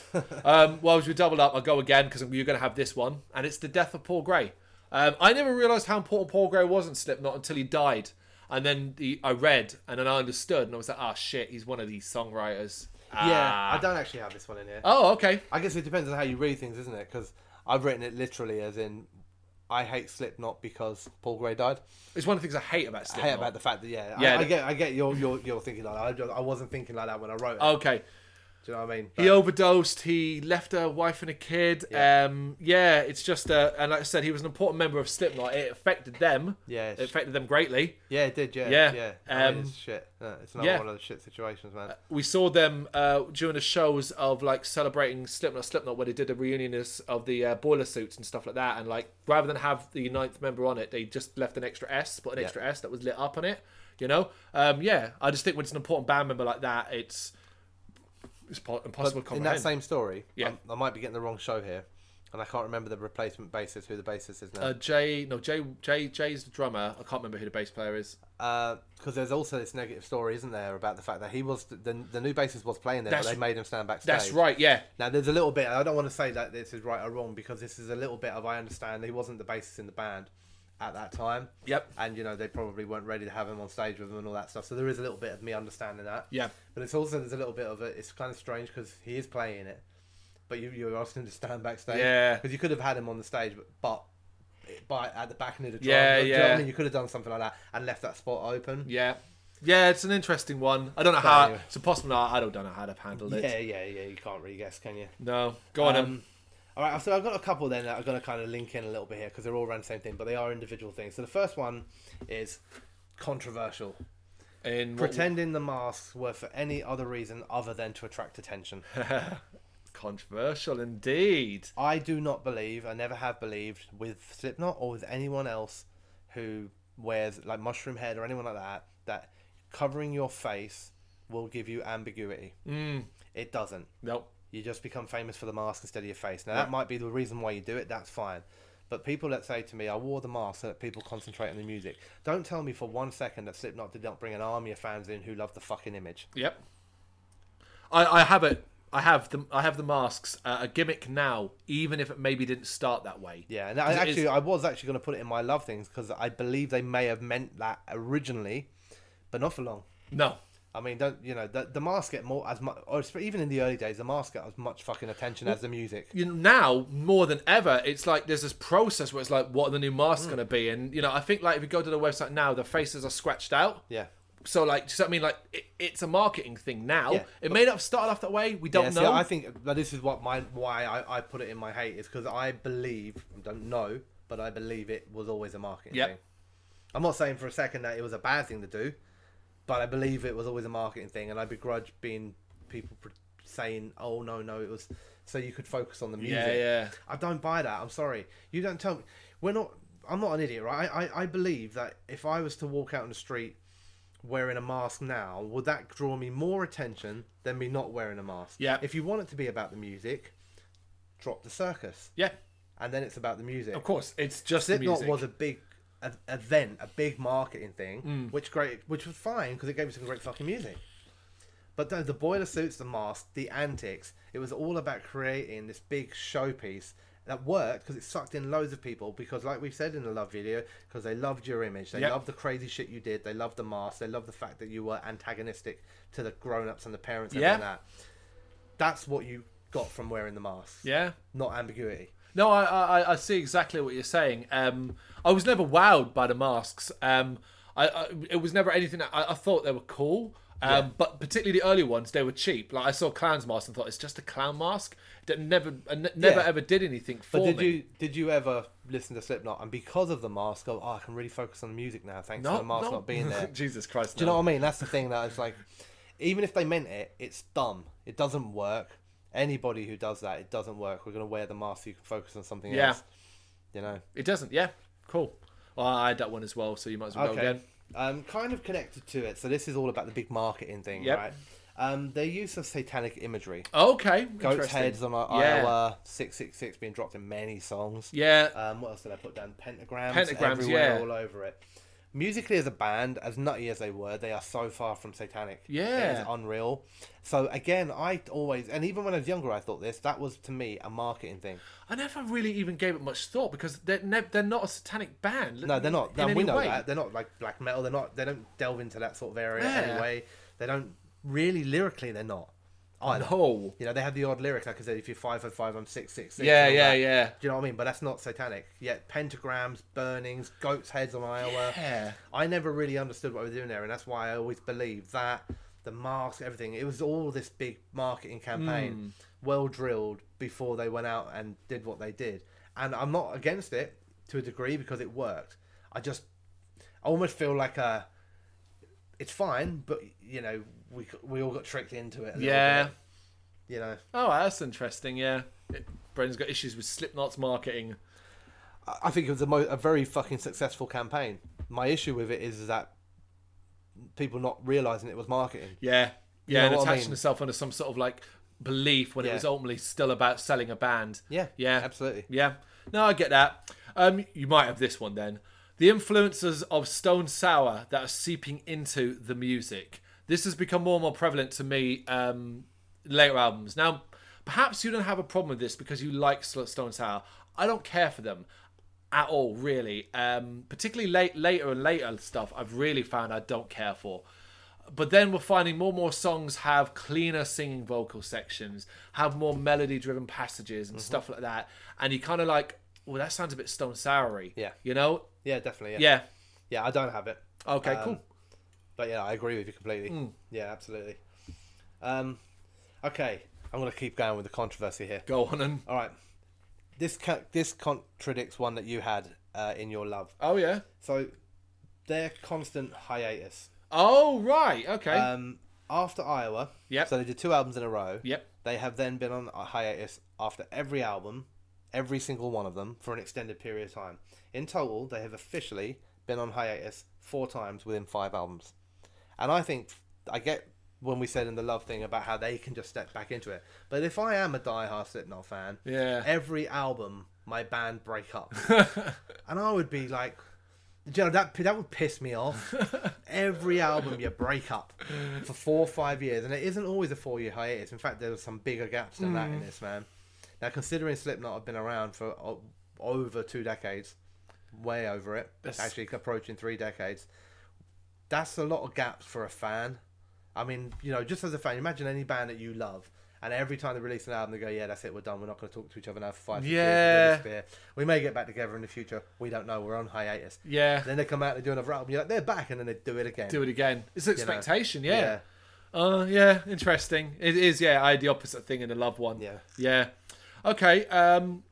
um, well, as we double up, I'll go again because you're going to have this one, and it's the death of Paul Gray. Um, I never realised how important Paul Gray was in Slipknot until he died, and then the, I read, and then I understood, and I was like, "Ah, shit, he's one of these songwriters."
Yeah, I
Ah.
don't actually have this one in here.
Oh, okay.
I guess it depends on how you read things, isn't it? Because I've written it literally as in, I hate Slipknot because Paul Gray died.
It's one of the things I hate about
I
Slipknot.
hate about the fact that yeah, I-
Yeah,
I,
the-
get I get your your your thinking like that. I, just, I wasn't thinking like that when I wrote it.
Okay.
Do you know what I mean?
He overdosed. He left a wife and a kid. Yeah.
Yeah.
Um, yeah, it's just, uh, and like I said, he was an important member of Slipknot. It affected them.
Yeah,
It affected them greatly.
yeah, it did. Yeah,
Yeah,
yeah. I mean,
um,
it's shit. Yeah, It's another
yeah. Uh,
one of the shit situations, man.
we saw them uh, during the shows of like celebrating Slipknot, Slipknot, where they did a reunion is- of the uh, boiler suits and stuff like that. And like rather than have the ninth member on it, they just left an extra S, put an
Yeah.
extra S that was lit up on it. You know, um, yeah. I just think when it's an important band member like that, it's it's po- impossible to
in that
comprehend.
same story,
Yeah.
I'm- I, might be getting the wrong show here, and I can't remember the replacement bassist who the bassist is
uh,
now.
Jay, no, Jay, Jay, Jay's the drummer. I can't remember who the bass player is.
Because Uh, there's also this negative story, isn't there, about the fact that he was the, the, the new bassist was playing there, but
That's-
they made him stand backstage.
That's right. Yeah,
Now, there's a little bit. I don't want to say that this is right or wrong because this is a little bit of I understand he wasn't the bassist in the band at that time.
Yep.
And you know they probably weren't ready to have him on stage with them and all that stuff. So there is a little bit of me understanding that.
Yeah.
But it's also there's a little bit of it. It's kind of strange because he is playing it, but you you're asking him to stand backstage.
Yeah.
Because you could have had him on the stage, but but. By at the back end of the drum,
Yeah,
Do you know what
yeah.
I mean? You could have done something like that and left that spot open.
yeah, yeah. It's an interesting one. I don't know how.
anyway.
It's impossible. I don't know how to have handled it.
yeah, yeah, yeah. You can't really guess, can you?
No, go on. Um,
Um, all right, so I've got a couple then that are going to kind of link in a little bit here because they're all around the same thing, but they are individual things. So the first one is controversial.
in what-
Pretending the masks were for any other reason other than to attract attention.
Controversial indeed.
I do not believe, I never have believed with Slipknot or with anyone else who wears like mushroom head or anyone like that, that covering your face will give you ambiguity. It doesn't.
Nope.
You just become famous for the mask instead of your face. Now that might be the reason why you do it. That's fine. But people that say to me, "I wore the mask so that people concentrate on the music," don't tell me for one second that Slipknot did not bring an army of fans in who love the fucking image.
Yep. I, I have it I have the I have the masks uh, a gimmick now, even if it maybe didn't start that way.
Yeah, and I
it
actually
is-
I was actually going to put it in my love things because I believe they may have meant that originally, but not for long.
No,
I mean, don't you know the, the mask get more as much, or it's- even in the early days, the mask got as much fucking attention as the music.
you know, now more than ever, it's like there's this process where it's like, what are the new masks
Mm.
going to be? And you know, I think like if you go to the website now, the faces are scratched out.
Yeah,
So like, does that mean like it, it's a marketing thing now?
Yeah.
It may not have started off that way. We don't
yeah.
know.
See, I think that this is what my why I, I put it in my hate is because I believe don't know, but I believe it was always a marketing
Yep.
thing. I'm not saying for a second that it was a bad thing to do, but I believe it was always a marketing thing, and I begrudge being people pr- saying, "Oh no, no, it was so you could focus on the music."
yeah, yeah.
I don't buy that. I'm sorry. You don't tell me. We're not. I'm not an idiot, right? I, I, I believe that if I was to walk out on the street wearing a mask now, would that draw me more attention than me not wearing a mask?
Yeah.
If you want it to be about the music, drop the circus,
Yeah,
and then it's about the music.
of course. It's just the
Slipknot
music.
was a big a, event, a big marketing thing,
Mm.
which great, which was fine because it gave us some great fucking music. But the, the boiler suits, the mask, the antics, it was all about creating this big showpiece that worked because it sucked in loads of people because, like we said in the love video, because they loved your image, they
Yep.
loved the crazy shit you did, they loved the mask, they loved the fact that you were antagonistic to the grown-ups and the parents and
Yeah.
all that. That's what you got from wearing the mask,
yeah.
not ambiguity.
No, I, I I- I see exactly what you're saying. Um, I was never wowed by the masks. Um, I, I it was never anything that I, I thought they were cool. Um, but particularly the early ones, they were cheap. Like I saw clown's mask and thought it's just a clown mask that never and never
Yeah.
ever did anything for
But did
me.
you did you ever listen to Slipknot and because of the mask go, oh, I can really focus on the music now, thanks to
no,
the mask
no.
not being there. Do
Jesus Christ!
you
no.
know what I mean? That's the thing that it's like even if they meant it, it's dumb. It doesn't work. Anybody who does that, it doesn't work. We're gonna wear the mask so you can focus on something
Yeah.
else. You know?
It doesn't. Yeah, cool. Well, I had that one as well, so you might as well go again.
Um kind of connected to it, so this is all about the big marketing thing,
Yep.
right? Um their use of satanic imagery.
Okay,
Goat's
interesting.
heads on our
Yeah.
Iowa six six six being dropped in many songs.
Yeah,
Um, what else did I put down? Pentagrams.
Pentagrams,
everywhere,
yeah.
all over it. Musically, as a band, as nutty as they were, they are so far from satanic.
Yeah.
it is unreal. So again, I always and even when I was younger, I thought this that was to me a marketing thing.
I never really even gave it much thought because they're ne- they're not a satanic band.
No, they're Uh, not.
in
No,
any
we know
way.
that they're not like black metal. They're not. They don't delve into that sort of area
Yeah.
anyway. They don't really lyrically. They're not. I
No.
You know, they have the odd lyric like I said. If you're five oh five, I'm six six six.
Yeah,
and all
yeah,
that.
yeah.
Do you know what I mean? But that's not satanic. Yet pentagrams, burnings, goats' heads on Iowa.
Yeah.
I never really understood what we were doing there, and that's why I always believed that the mask, everything, it was all this big marketing campaign, well drilled before they went out and did what they did. And I'm not against it to a degree because it worked. I just, I almost feel like a, it's fine, but you know, we we all got tricked into it. A little
Yeah.
bit, you know.
Oh, that's interesting. Yeah, it, Brendan's got issues with Slipknot's marketing.
I- I think it was a, mo- a very fucking successful campaign. My issue with it is that people not realizing it was marketing.
Yeah,
know
yeah, and
what I
attaching
mean?
himself under some sort of like belief when it
Yeah.
was ultimately still about selling a band.
Yeah,
yeah,
absolutely.
Yeah, no, I get that. Um, you might have this one then. The influences of Stone Sour that are seeping into the music. This has become more and more prevalent to me um, later albums. Now, perhaps you don't have a problem with this because you like Sl- Stone Sour. I don't care for them at all, really. Um, particularly late, later and later stuff, I've really found I don't care for. But then we're finding more and more songs have cleaner singing vocal sections, have more melody driven passages
Mm-hmm.
and stuff like that. And you kind of like, well, that sounds a bit Stone Soury.
Yeah.
You know?
Yeah, definitely. Yeah,
Yeah.
Yeah, I don't have it.
Okay,
Um,
cool.
But yeah, I agree with you completely. Yeah, absolutely. Um, okay, I'm gonna keep going with the controversy here.
Go on and.
All right, this ca- this contradicts one that you had uh, in your love.
Oh, yeah.
So, their constant hiatus.
Oh, right. Okay.
Um, after Iowa,
Yep.
So they did two albums in a row.
yep.
They have then been on a hiatus after every album, every single one of them, for an extended period of time. In total, they have officially been on hiatus four times within five albums. And I think I get when we said in the love thing about how they can just step back into it. But if I am a diehard Slipknot fan,
Yeah.
eh. every album my band break up, and I would be like, Do you know, that that would piss me off. Every album you break up for four or five years, and it isn't always a four year hiatus. In fact, there were some bigger gaps than that in this man. Now, considering Slipknot have been around for o- over two decades, way over it,
That's-
actually approaching three decades, that's a lot of gaps for a fan. I mean, you know, just as a fan, imagine any band that you love, and every time they release an album, they go, "Yeah, that's it, we're done. We're not going to talk to each other now for five six years.
Yeah.
We're gonna disappear. we may get back together in the future. We don't know. We're on hiatus."
Yeah,
Then they come out, they do another album. You're like, they're back, and then they do it again.
do it again. It's
know.
expectation, yeah. Uh, yeah, interesting. It is, yeah. I had the opposite thing in the loved one.
Yeah.
yeah. Okay. Um,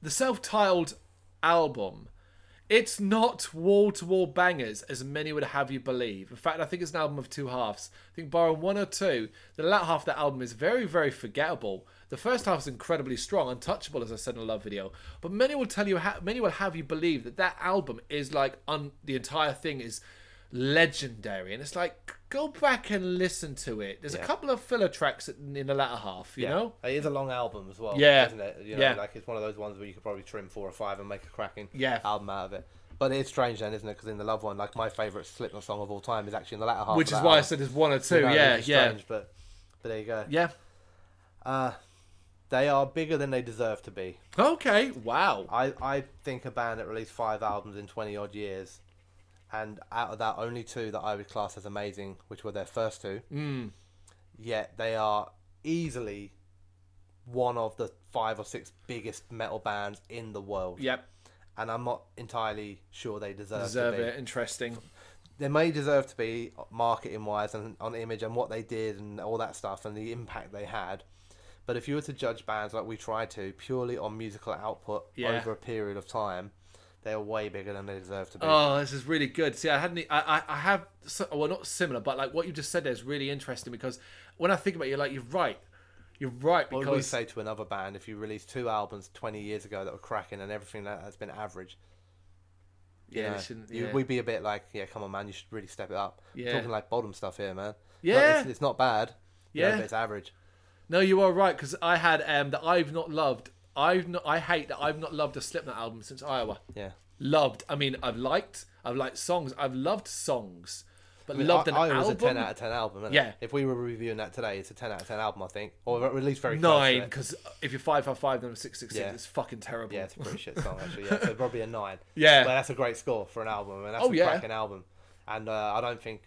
the self-titled album. It's not wall-to-wall bangers, as many would have you believe. In fact, I think it's an album of two halves. I think barring one or two, the latter half of that album is very, very forgettable. The first half is incredibly strong, untouchable, as I said in the love video. But many will tell you, ha- many will have you believe that that album is like un- the entire thing is legendary and it's like go back and listen to it there's a
Yeah.
couple of filler tracks in in the latter half you
Yeah.
know
it is a long album as well.
Yeah.
isn't it? You know,
Yeah.
like it's one of those ones where you could probably trim four or five and make a cracking
Yeah.
album out of it. But it is strange then, isn't it? Because in the Love one, like my favorite Slipknot song of all time is actually in the latter half.
which
of
is
that
why i
album.
said there's one or two
You know,
yeah
it's
yeah
strange, but but there you go.
yeah
Uh, they are bigger than they deserve to be.
okay wow
I, I think a band that released five albums in 20 odd years, and out of that, only two that I would class as amazing, which were their first two.
Hmm.
Yet they are easily one of the five or six biggest metal bands in the world.
yep
And I'm not entirely sure they deserve,
deserve
to be.
it interesting
They may deserve to be marketing wise and on image and what they did and all that stuff and the impact they had. But if you were to judge bands like we try to purely on musical output
Yeah.
over a period of time, they are way bigger than they deserve to be.
Oh, this is really good. See, I hadn't. e- I, I, I have. so- Well, not similar, but like what you just said there is really interesting because when I think about it, you're like, you're right. You're right
what would we
because
say to another band if you released two albums 20 years ago that were cracking and everything that has been average? you
yeah,
know?
they shouldn't,
You-
yeah.
we'd be a bit like, yeah, come on, man, you should really step it up. We're
Yeah.
talking like bottom stuff here, man.
Yeah.
Not- it's, it's not bad. you know,
Yeah.
but it's average.
No, you are right because I had um that I've not loved. I've not. I hate that I've not loved a Slipknot album since Iowa.
Yeah.
Loved. I mean, I've liked. I've liked songs. I've loved songs, but loved an
I, I was
album.
a 10 out of 10 album. Isn't
Yeah.
It? If we were reviewing that today, it's a 10 out of 10 album, I think. Or at least very close to
Nine
it.
because if you're five five five, then I'm six six six.
Yeah.
It's fucking terrible.
Yeah, it's a pretty shit song, actually. Yeah, so probably a nine.
Yeah.
But that's a great score for an album, and that's
Oh,
a
yeah.
cracking album. And uh, I don't think.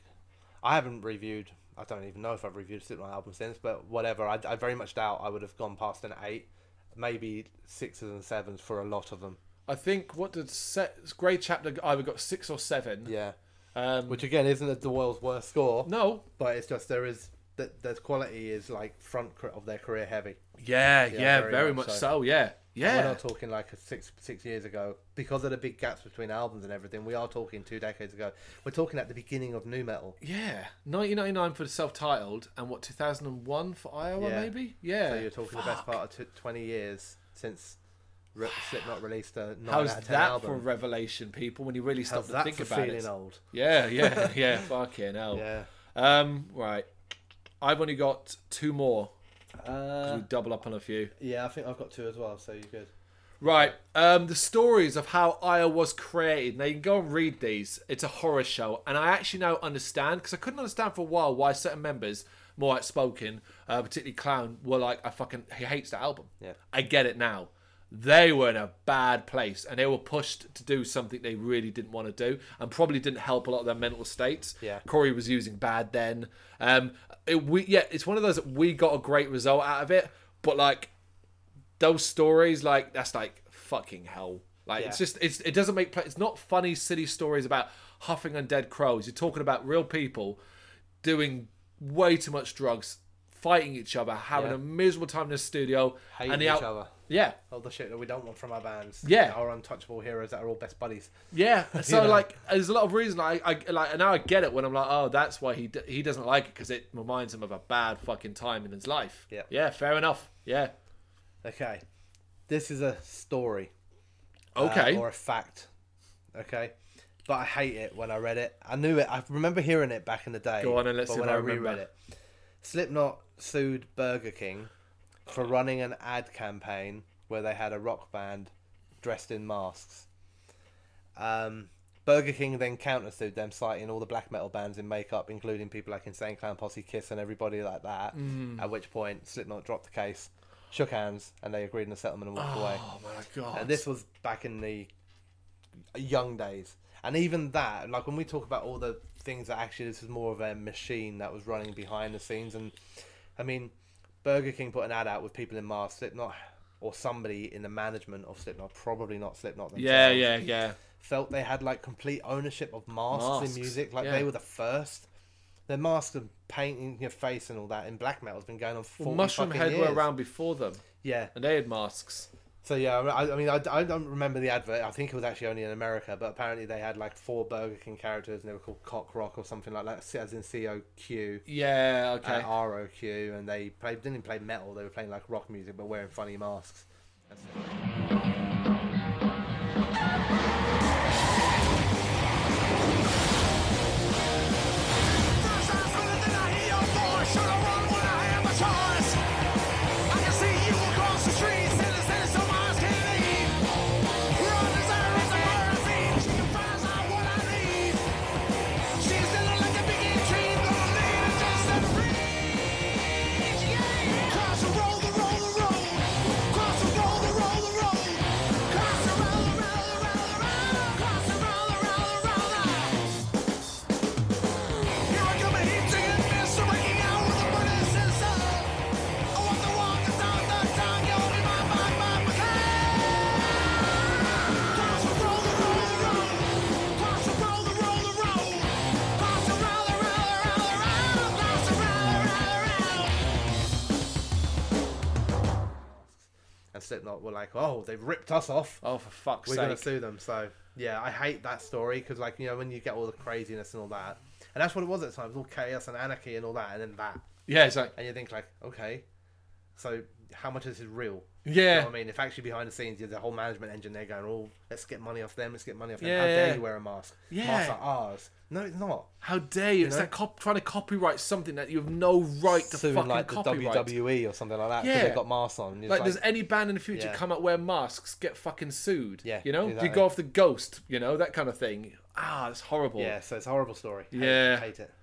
I haven't reviewed. I don't even know if I've reviewed a Slipknot album since, but whatever. I, I very much doubt I would have gone past an eight, maybe sixes and sevens for a lot of them.
I think what did set Grey Chapter either got six or seven.
Yeah.
Um,
Which, again, isn't the world's worst score,
no.
but it's just there is. The, the quality is like front cr- of their career heavy.
Yeah, yeah, very,
very
much,
much
so.
so.
Yeah,
We're
yeah,
not talking like a six six years ago because of the big gaps between albums and everything. We are talking two decades ago. We're talking at the beginning of new metal.
yeah. Nineteen ninety nine for the self titled, and what two thousand and one for Iowa,
Yeah.
maybe. Yeah.
So you're talking the best part of t- 20 years since Re- Slipknot released a 9
How's
out of 10
that
album.
for a revelation, people? When you really stop
How's
to
that
think
for
about
feeling
it.
old?
Yeah, yeah, yeah. Fucking hell.
Yeah.
Um, right. I've only got two more.
Uh,
we double up on a few.
yeah, I think I've got two as well, so you're good.
Right. Um, the stories of how Io was created. Now you can go and read these. It's a horror show, and I actually now understand because I couldn't understand for a while why certain members, more outspoken, uh, particularly Clown, were like, "I fucking he hates that album."
Yeah.
I get it now. They were in a bad place, and they were pushed to do something they really didn't want to do, and probably didn't help a lot of their mental states.
Yeah.
Corey was using bad then. Um, it, we yeah, it's one of those that we got a great result out of it, but like those stories like that's like fucking hell like it's
Yeah.
just it's it doesn't make pla- it's not funny silly stories about huffing undead crows you're talking about real people doing way too much drugs fighting each other having
Yeah.
a miserable time in the studio
Hating
and the
each
out-
other.
yeah
All the shit that we don't want from our bands.
Yeah.
Our untouchable heroes that are all best buddies.
yeah so
know.
like there's a lot of reason I, I like and now i get it when i'm like oh that's why he d- he doesn't like it because it reminds him of a bad fucking time in his life
Yeah.
yeah fair enough yeah
Okay. This is a story. uh,
okay
or a fact. Okay. But I hate it when I read it. I knew it. I remember hearing it back in the day.
Go on and let's
but
see if
when
I
I
remember.
reread it. Slipknot sued Burger King for running an ad campaign where they had a rock band dressed in masks. Um, Burger King then countersued them, citing all the black metal bands in makeup, including people like Insane Clown Posse, Kiss, and everybody like that.
Mm.
At which point, Slipknot dropped the case, shook hands, and they agreed on a settlement and walked away.
Oh my god.
And this was back in the young days. And even that, like when we talk about all the things that actually this is more of a machine that was running behind the scenes. And I mean, Burger King put an ad out with people in masks, Slipknot, or somebody in the management of Slipknot, probably not Slipknot themselves
yeah, yeah, yeah.
felt they had like complete ownership of masks,
Masks,
in music. Like
yeah.
they were the first. Their masks and painting your face and all that in black metal has been going on for
Well, Mushroom Head
years.
were around before them,
Yeah.
and they had masks.
So yeah, I, I mean, I, I don't remember the advert. I think it was actually only in America, but apparently they had like four Burger King characters and they were called Cock Rock or something like that, as in C O Q. uh,
Yeah, okay.
and ROQ, and they played didn't even play metal. They were playing like rock music, but wearing funny masks. That's it.
Here I come, heating and mist, breaking out with a burning sensor. I want the walk, the sound, the tongue, you in my mind, my Cross the road, the road, the road. Cross the road, the road, the road. Cross the road, the road, the road, the road. Cross the road, the road, the road.
And Slipknot were like, "Oh, they've ripped us off.
oh, for fuck's
We're
sake.
gonna sue them." So yeah, I hate that story because like you know when you get all the craziness and all that, and that's what it was at the time. It was all chaos and anarchy and all that, and then that,
Yeah, it's like,
and you think like, okay, so how much of this is real? You
yeah.
know what I mean, if actually behind the scenes, there's a whole management engine there going, "Oh, let's get money off them. Let's get money off them.
Yeah,
How dare
yeah.
you wear a mask?
Yeah.
Masks are ours. No, it's not.
How dare you? It's
know?
like cop- trying to copyright something that you have no right to
suing
fucking
like the
copyright.
WWE or something like that because
Yeah.
they've got masks on. It's
Like,
like-
does any band in the future
Yeah.
come out wear masks, get fucking sued?
Yeah,
you know, do you
exactly.
go off the ghost? You know, that kind of thing. Ah, that's horrible.
yeah, so it's a horrible story. Hate-
Yeah.
hate it.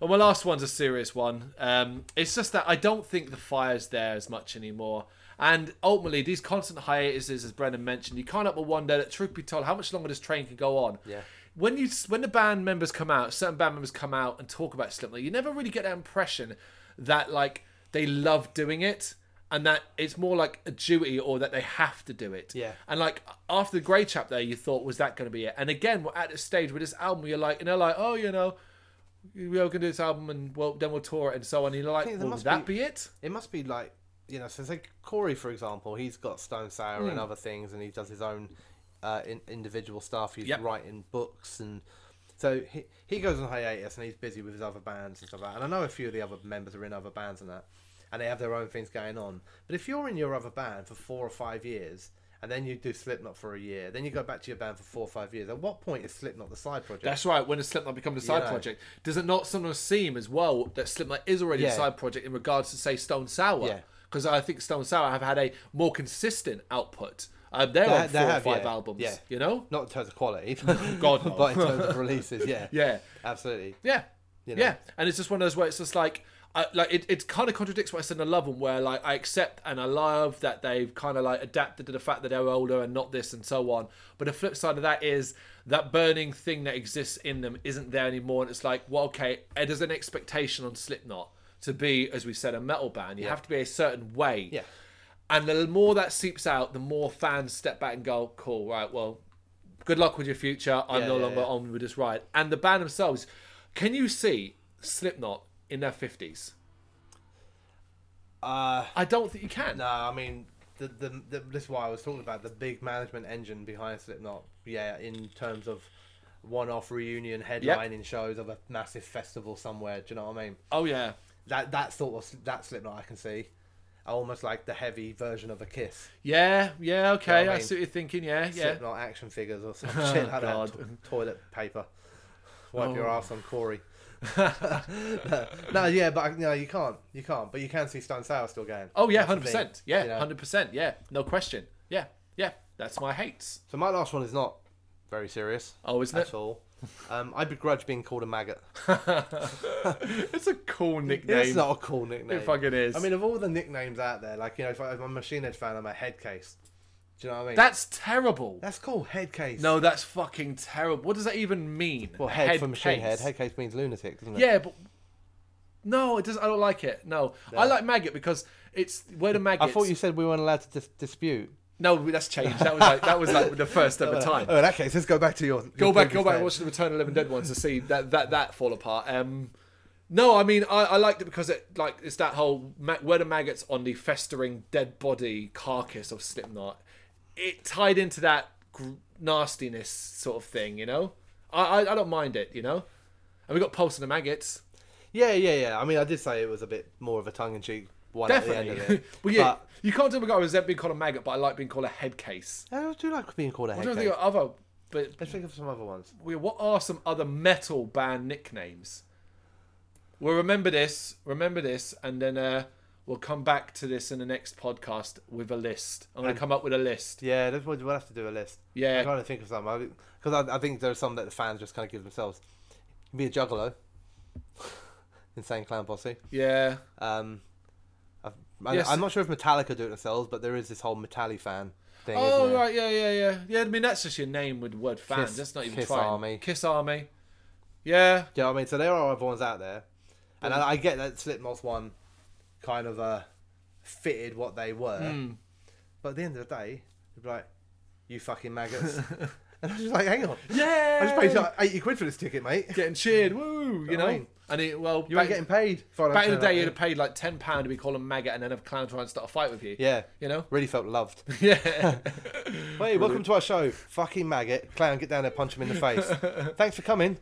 Well, my last one's a serious one. Um, it's just that I don't think the fire's there as much anymore. And ultimately, these constant hiatuses, as Brendan mentioned, you can't help but wonder that, truth be told, how much longer this train can go on.
Yeah.
When you when the band members come out, certain band members come out and talk about Slipknot, you never really get that impression that like they love doing it and that it's more like a duty or that they have to do it.
Yeah.
And like after the Grey Chap, there you thought was that going to be it? And again, we're at a stage with this album, where you're like, and they're like, oh, you know, we're gonna do this album and well then we'll tour it and so on. And you're like,
think there
well, will
must
that
be-
be, it?
It must be like you know, so it's like Corey, for example, he's got Stone Sour
Hmm.
and other things, and he does his own uh, in, individual stuff. He's
Yep.
writing books, and so he he goes on hiatus, and he's busy with his other bands and stuff like that. And I know a few of the other members are in other bands and that, and they have their own things going on. But if you're in your other band for four or five years. And then you do Slipknot for a year. Then you go back to your band for four or five years. At what point is Slipknot the side project?
That's right. When does Slipknot become a side
know.
project? Does it not sometimes seem as well that Slipknot is already a
Yeah.
side project in regards to say Stone
Yeah.
Sour? Because I think Stone Sour have had a more consistent output. Um, they're
They ha-
on
they
four or
have,
five
yeah.
albums.
Yeah.
You know.
Not in terms of quality,
God, no.
but in terms of releases, yeah,
Yeah.
absolutely.
Yeah.
You know?
Yeah. And it's just one of those where it's just like, I, like it, it kind of contradicts what I said in Love One, where like I accept and I love that they've kind of like adapted to the fact that they're older and not this and so on. But the flip side of that is that burning thing that exists in them isn't there anymore. And it's like, well, okay, eh, there's an expectation on Slipknot to be, as we said, a metal band. You have to be a certain way.
Yeah.
And the more that seeps out, the more fans step back and go, cool, right, well, good luck with your future. I'm
Yeah,
no
yeah,
longer
yeah.
on with this ride. And the band themselves, can you see Slipknot in their 50s?
Uh,
I don't think you can.
no, I mean, the, the, the, this is why I was talking about the big management engine behind Slipknot. Yeah, in terms of one-off reunion headlining shows of a massive festival somewhere. Do you know what I mean?
Oh, yeah.
That that sort of that Slipknot I can see, almost like the heavy version of a Kiss.
Yeah, yeah, okay.
Yeah, I
I,
mean,
see what you're thinking. Yeah, yeah.
Slipknot action figures or some shit like that.
God. Oh.
To- toilet paper. Wipe your ass on Corey. no, no, yeah, but no, you can't. You can't. But you can see Stone Sour still going.
Oh, yeah,
That's the thing,
100%. Yeah,
you know?
100%. Yeah, no question. Yeah, yeah. That's my hates.
So my last one is not Very serious.
Oh, isn't
At
it?
all. Um, I begrudge being called a maggot.
it's a cool nickname.
It's not a cool nickname.
It fucking is.
I mean, of all the nicknames out there, like you know, if, I, if I'm a Machine Head fan, I'm a head case. Do you know what I mean?
that's terrible.
that's cool, head case.
no, that's fucking terrible. What does that even mean?
well, head, for machine
case?
head. Head case means lunatic, doesn't it?
Yeah, but no, it doesn't. I don't like it. No, I like maggot because it's where the maggots.
I thought you said we weren't allowed to dis- dispute.
No, that's changed. That was like that was like the first ever time.
Oh, in that case, let's go back to your.
go back, go back, and watch the Return of the Living Dead ones to see that that that fall apart. Um, no, I mean I, I liked it because it like it's that whole ma- where the maggots on the festering dead body carcass of Slipknot. It tied into that gr- nastiness sort of thing, you know. I, I I don't mind it, you know. And we got Pulse and the maggots.
Yeah, yeah, yeah. I mean, I did say it was a bit more of a tongue in cheek one at the end of
Definitely.
it.
well, yeah,
But-
you can't do a guy with being called a maggot, but I like being called a head case.
uh, I do like being called a
I
head
don't
case.
think of other, but
Let's think of some other ones.
we- what are some other metal band nicknames? Well, remember this, remember this, and then uh, we'll come back to this in the next podcast with a list. I'm going to come up with a list.
Yeah, that's what- we'll have to do a list.
Yeah.
I'm trying to think of some. Because I, I think there are some that the fans just kind of give themselves. You'd be a juggalo. Insane clown posse.
Yeah,
Um, I've, I,
Yes.
I'm not sure if Metallica do it themselves, but there is this whole Metalli fan thing.
Oh
isn't there?
right, yeah, yeah, yeah, yeah. I mean, that's just your name with the word fans.
Kiss-
that's not even
Kiss
trying.
Army.
Kiss Army. Yeah,
Do you know what I mean? So there are other ones out there, and I, I get that Slipknot's one kind of uh, fitted what they were,
Hmm.
but at the end of the day, they'd be like, "You fucking maggots," and I'm just like, "Hang on,
yeah.
I just paid like eighty quid for this ticket, mate.
uh, getting cheered. Woo, you
Got
know.
on.
And it well,
Oh. You
back,
ain't getting paid." If I don't
back in the
turn up
day, you'd have
here."
paid like ten pound to be called a maggot, and then a clown try and start a fight with you.
yeah,
you know.
really felt loved.
Yeah.
Hey, welcome to our show. Fucking maggot, clown, get down there, punch him in the face. Thanks for coming.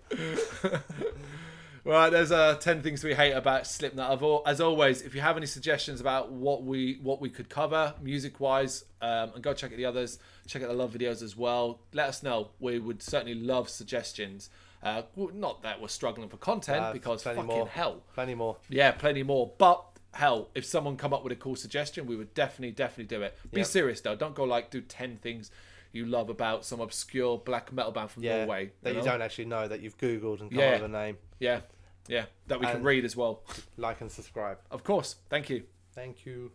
Right, there's uh, ten things we hate about Slipknot. Of all, as always, if you have any suggestions about what we what we could cover music wise, um, and go check out the others, check out the love videos as well. Let us know. We would certainly love suggestions. Uh, well, not that we're struggling for content
Uh,
because
plenty
fucking
more.
hell,
Plenty more.
yeah, plenty more. But hell, if someone come up with a cool suggestion, we would definitely definitely do it. Be
Yep.
serious though. Don't go like do ten things you love about some obscure black metal band from
Yeah,
Norway
that you,
know?
don't actually know that you've googled and come
Yeah.
up with a name.
Yeah, yeah, that we can
And-
read as well.
Like and subscribe.
Of course. Thank you.
Thank you.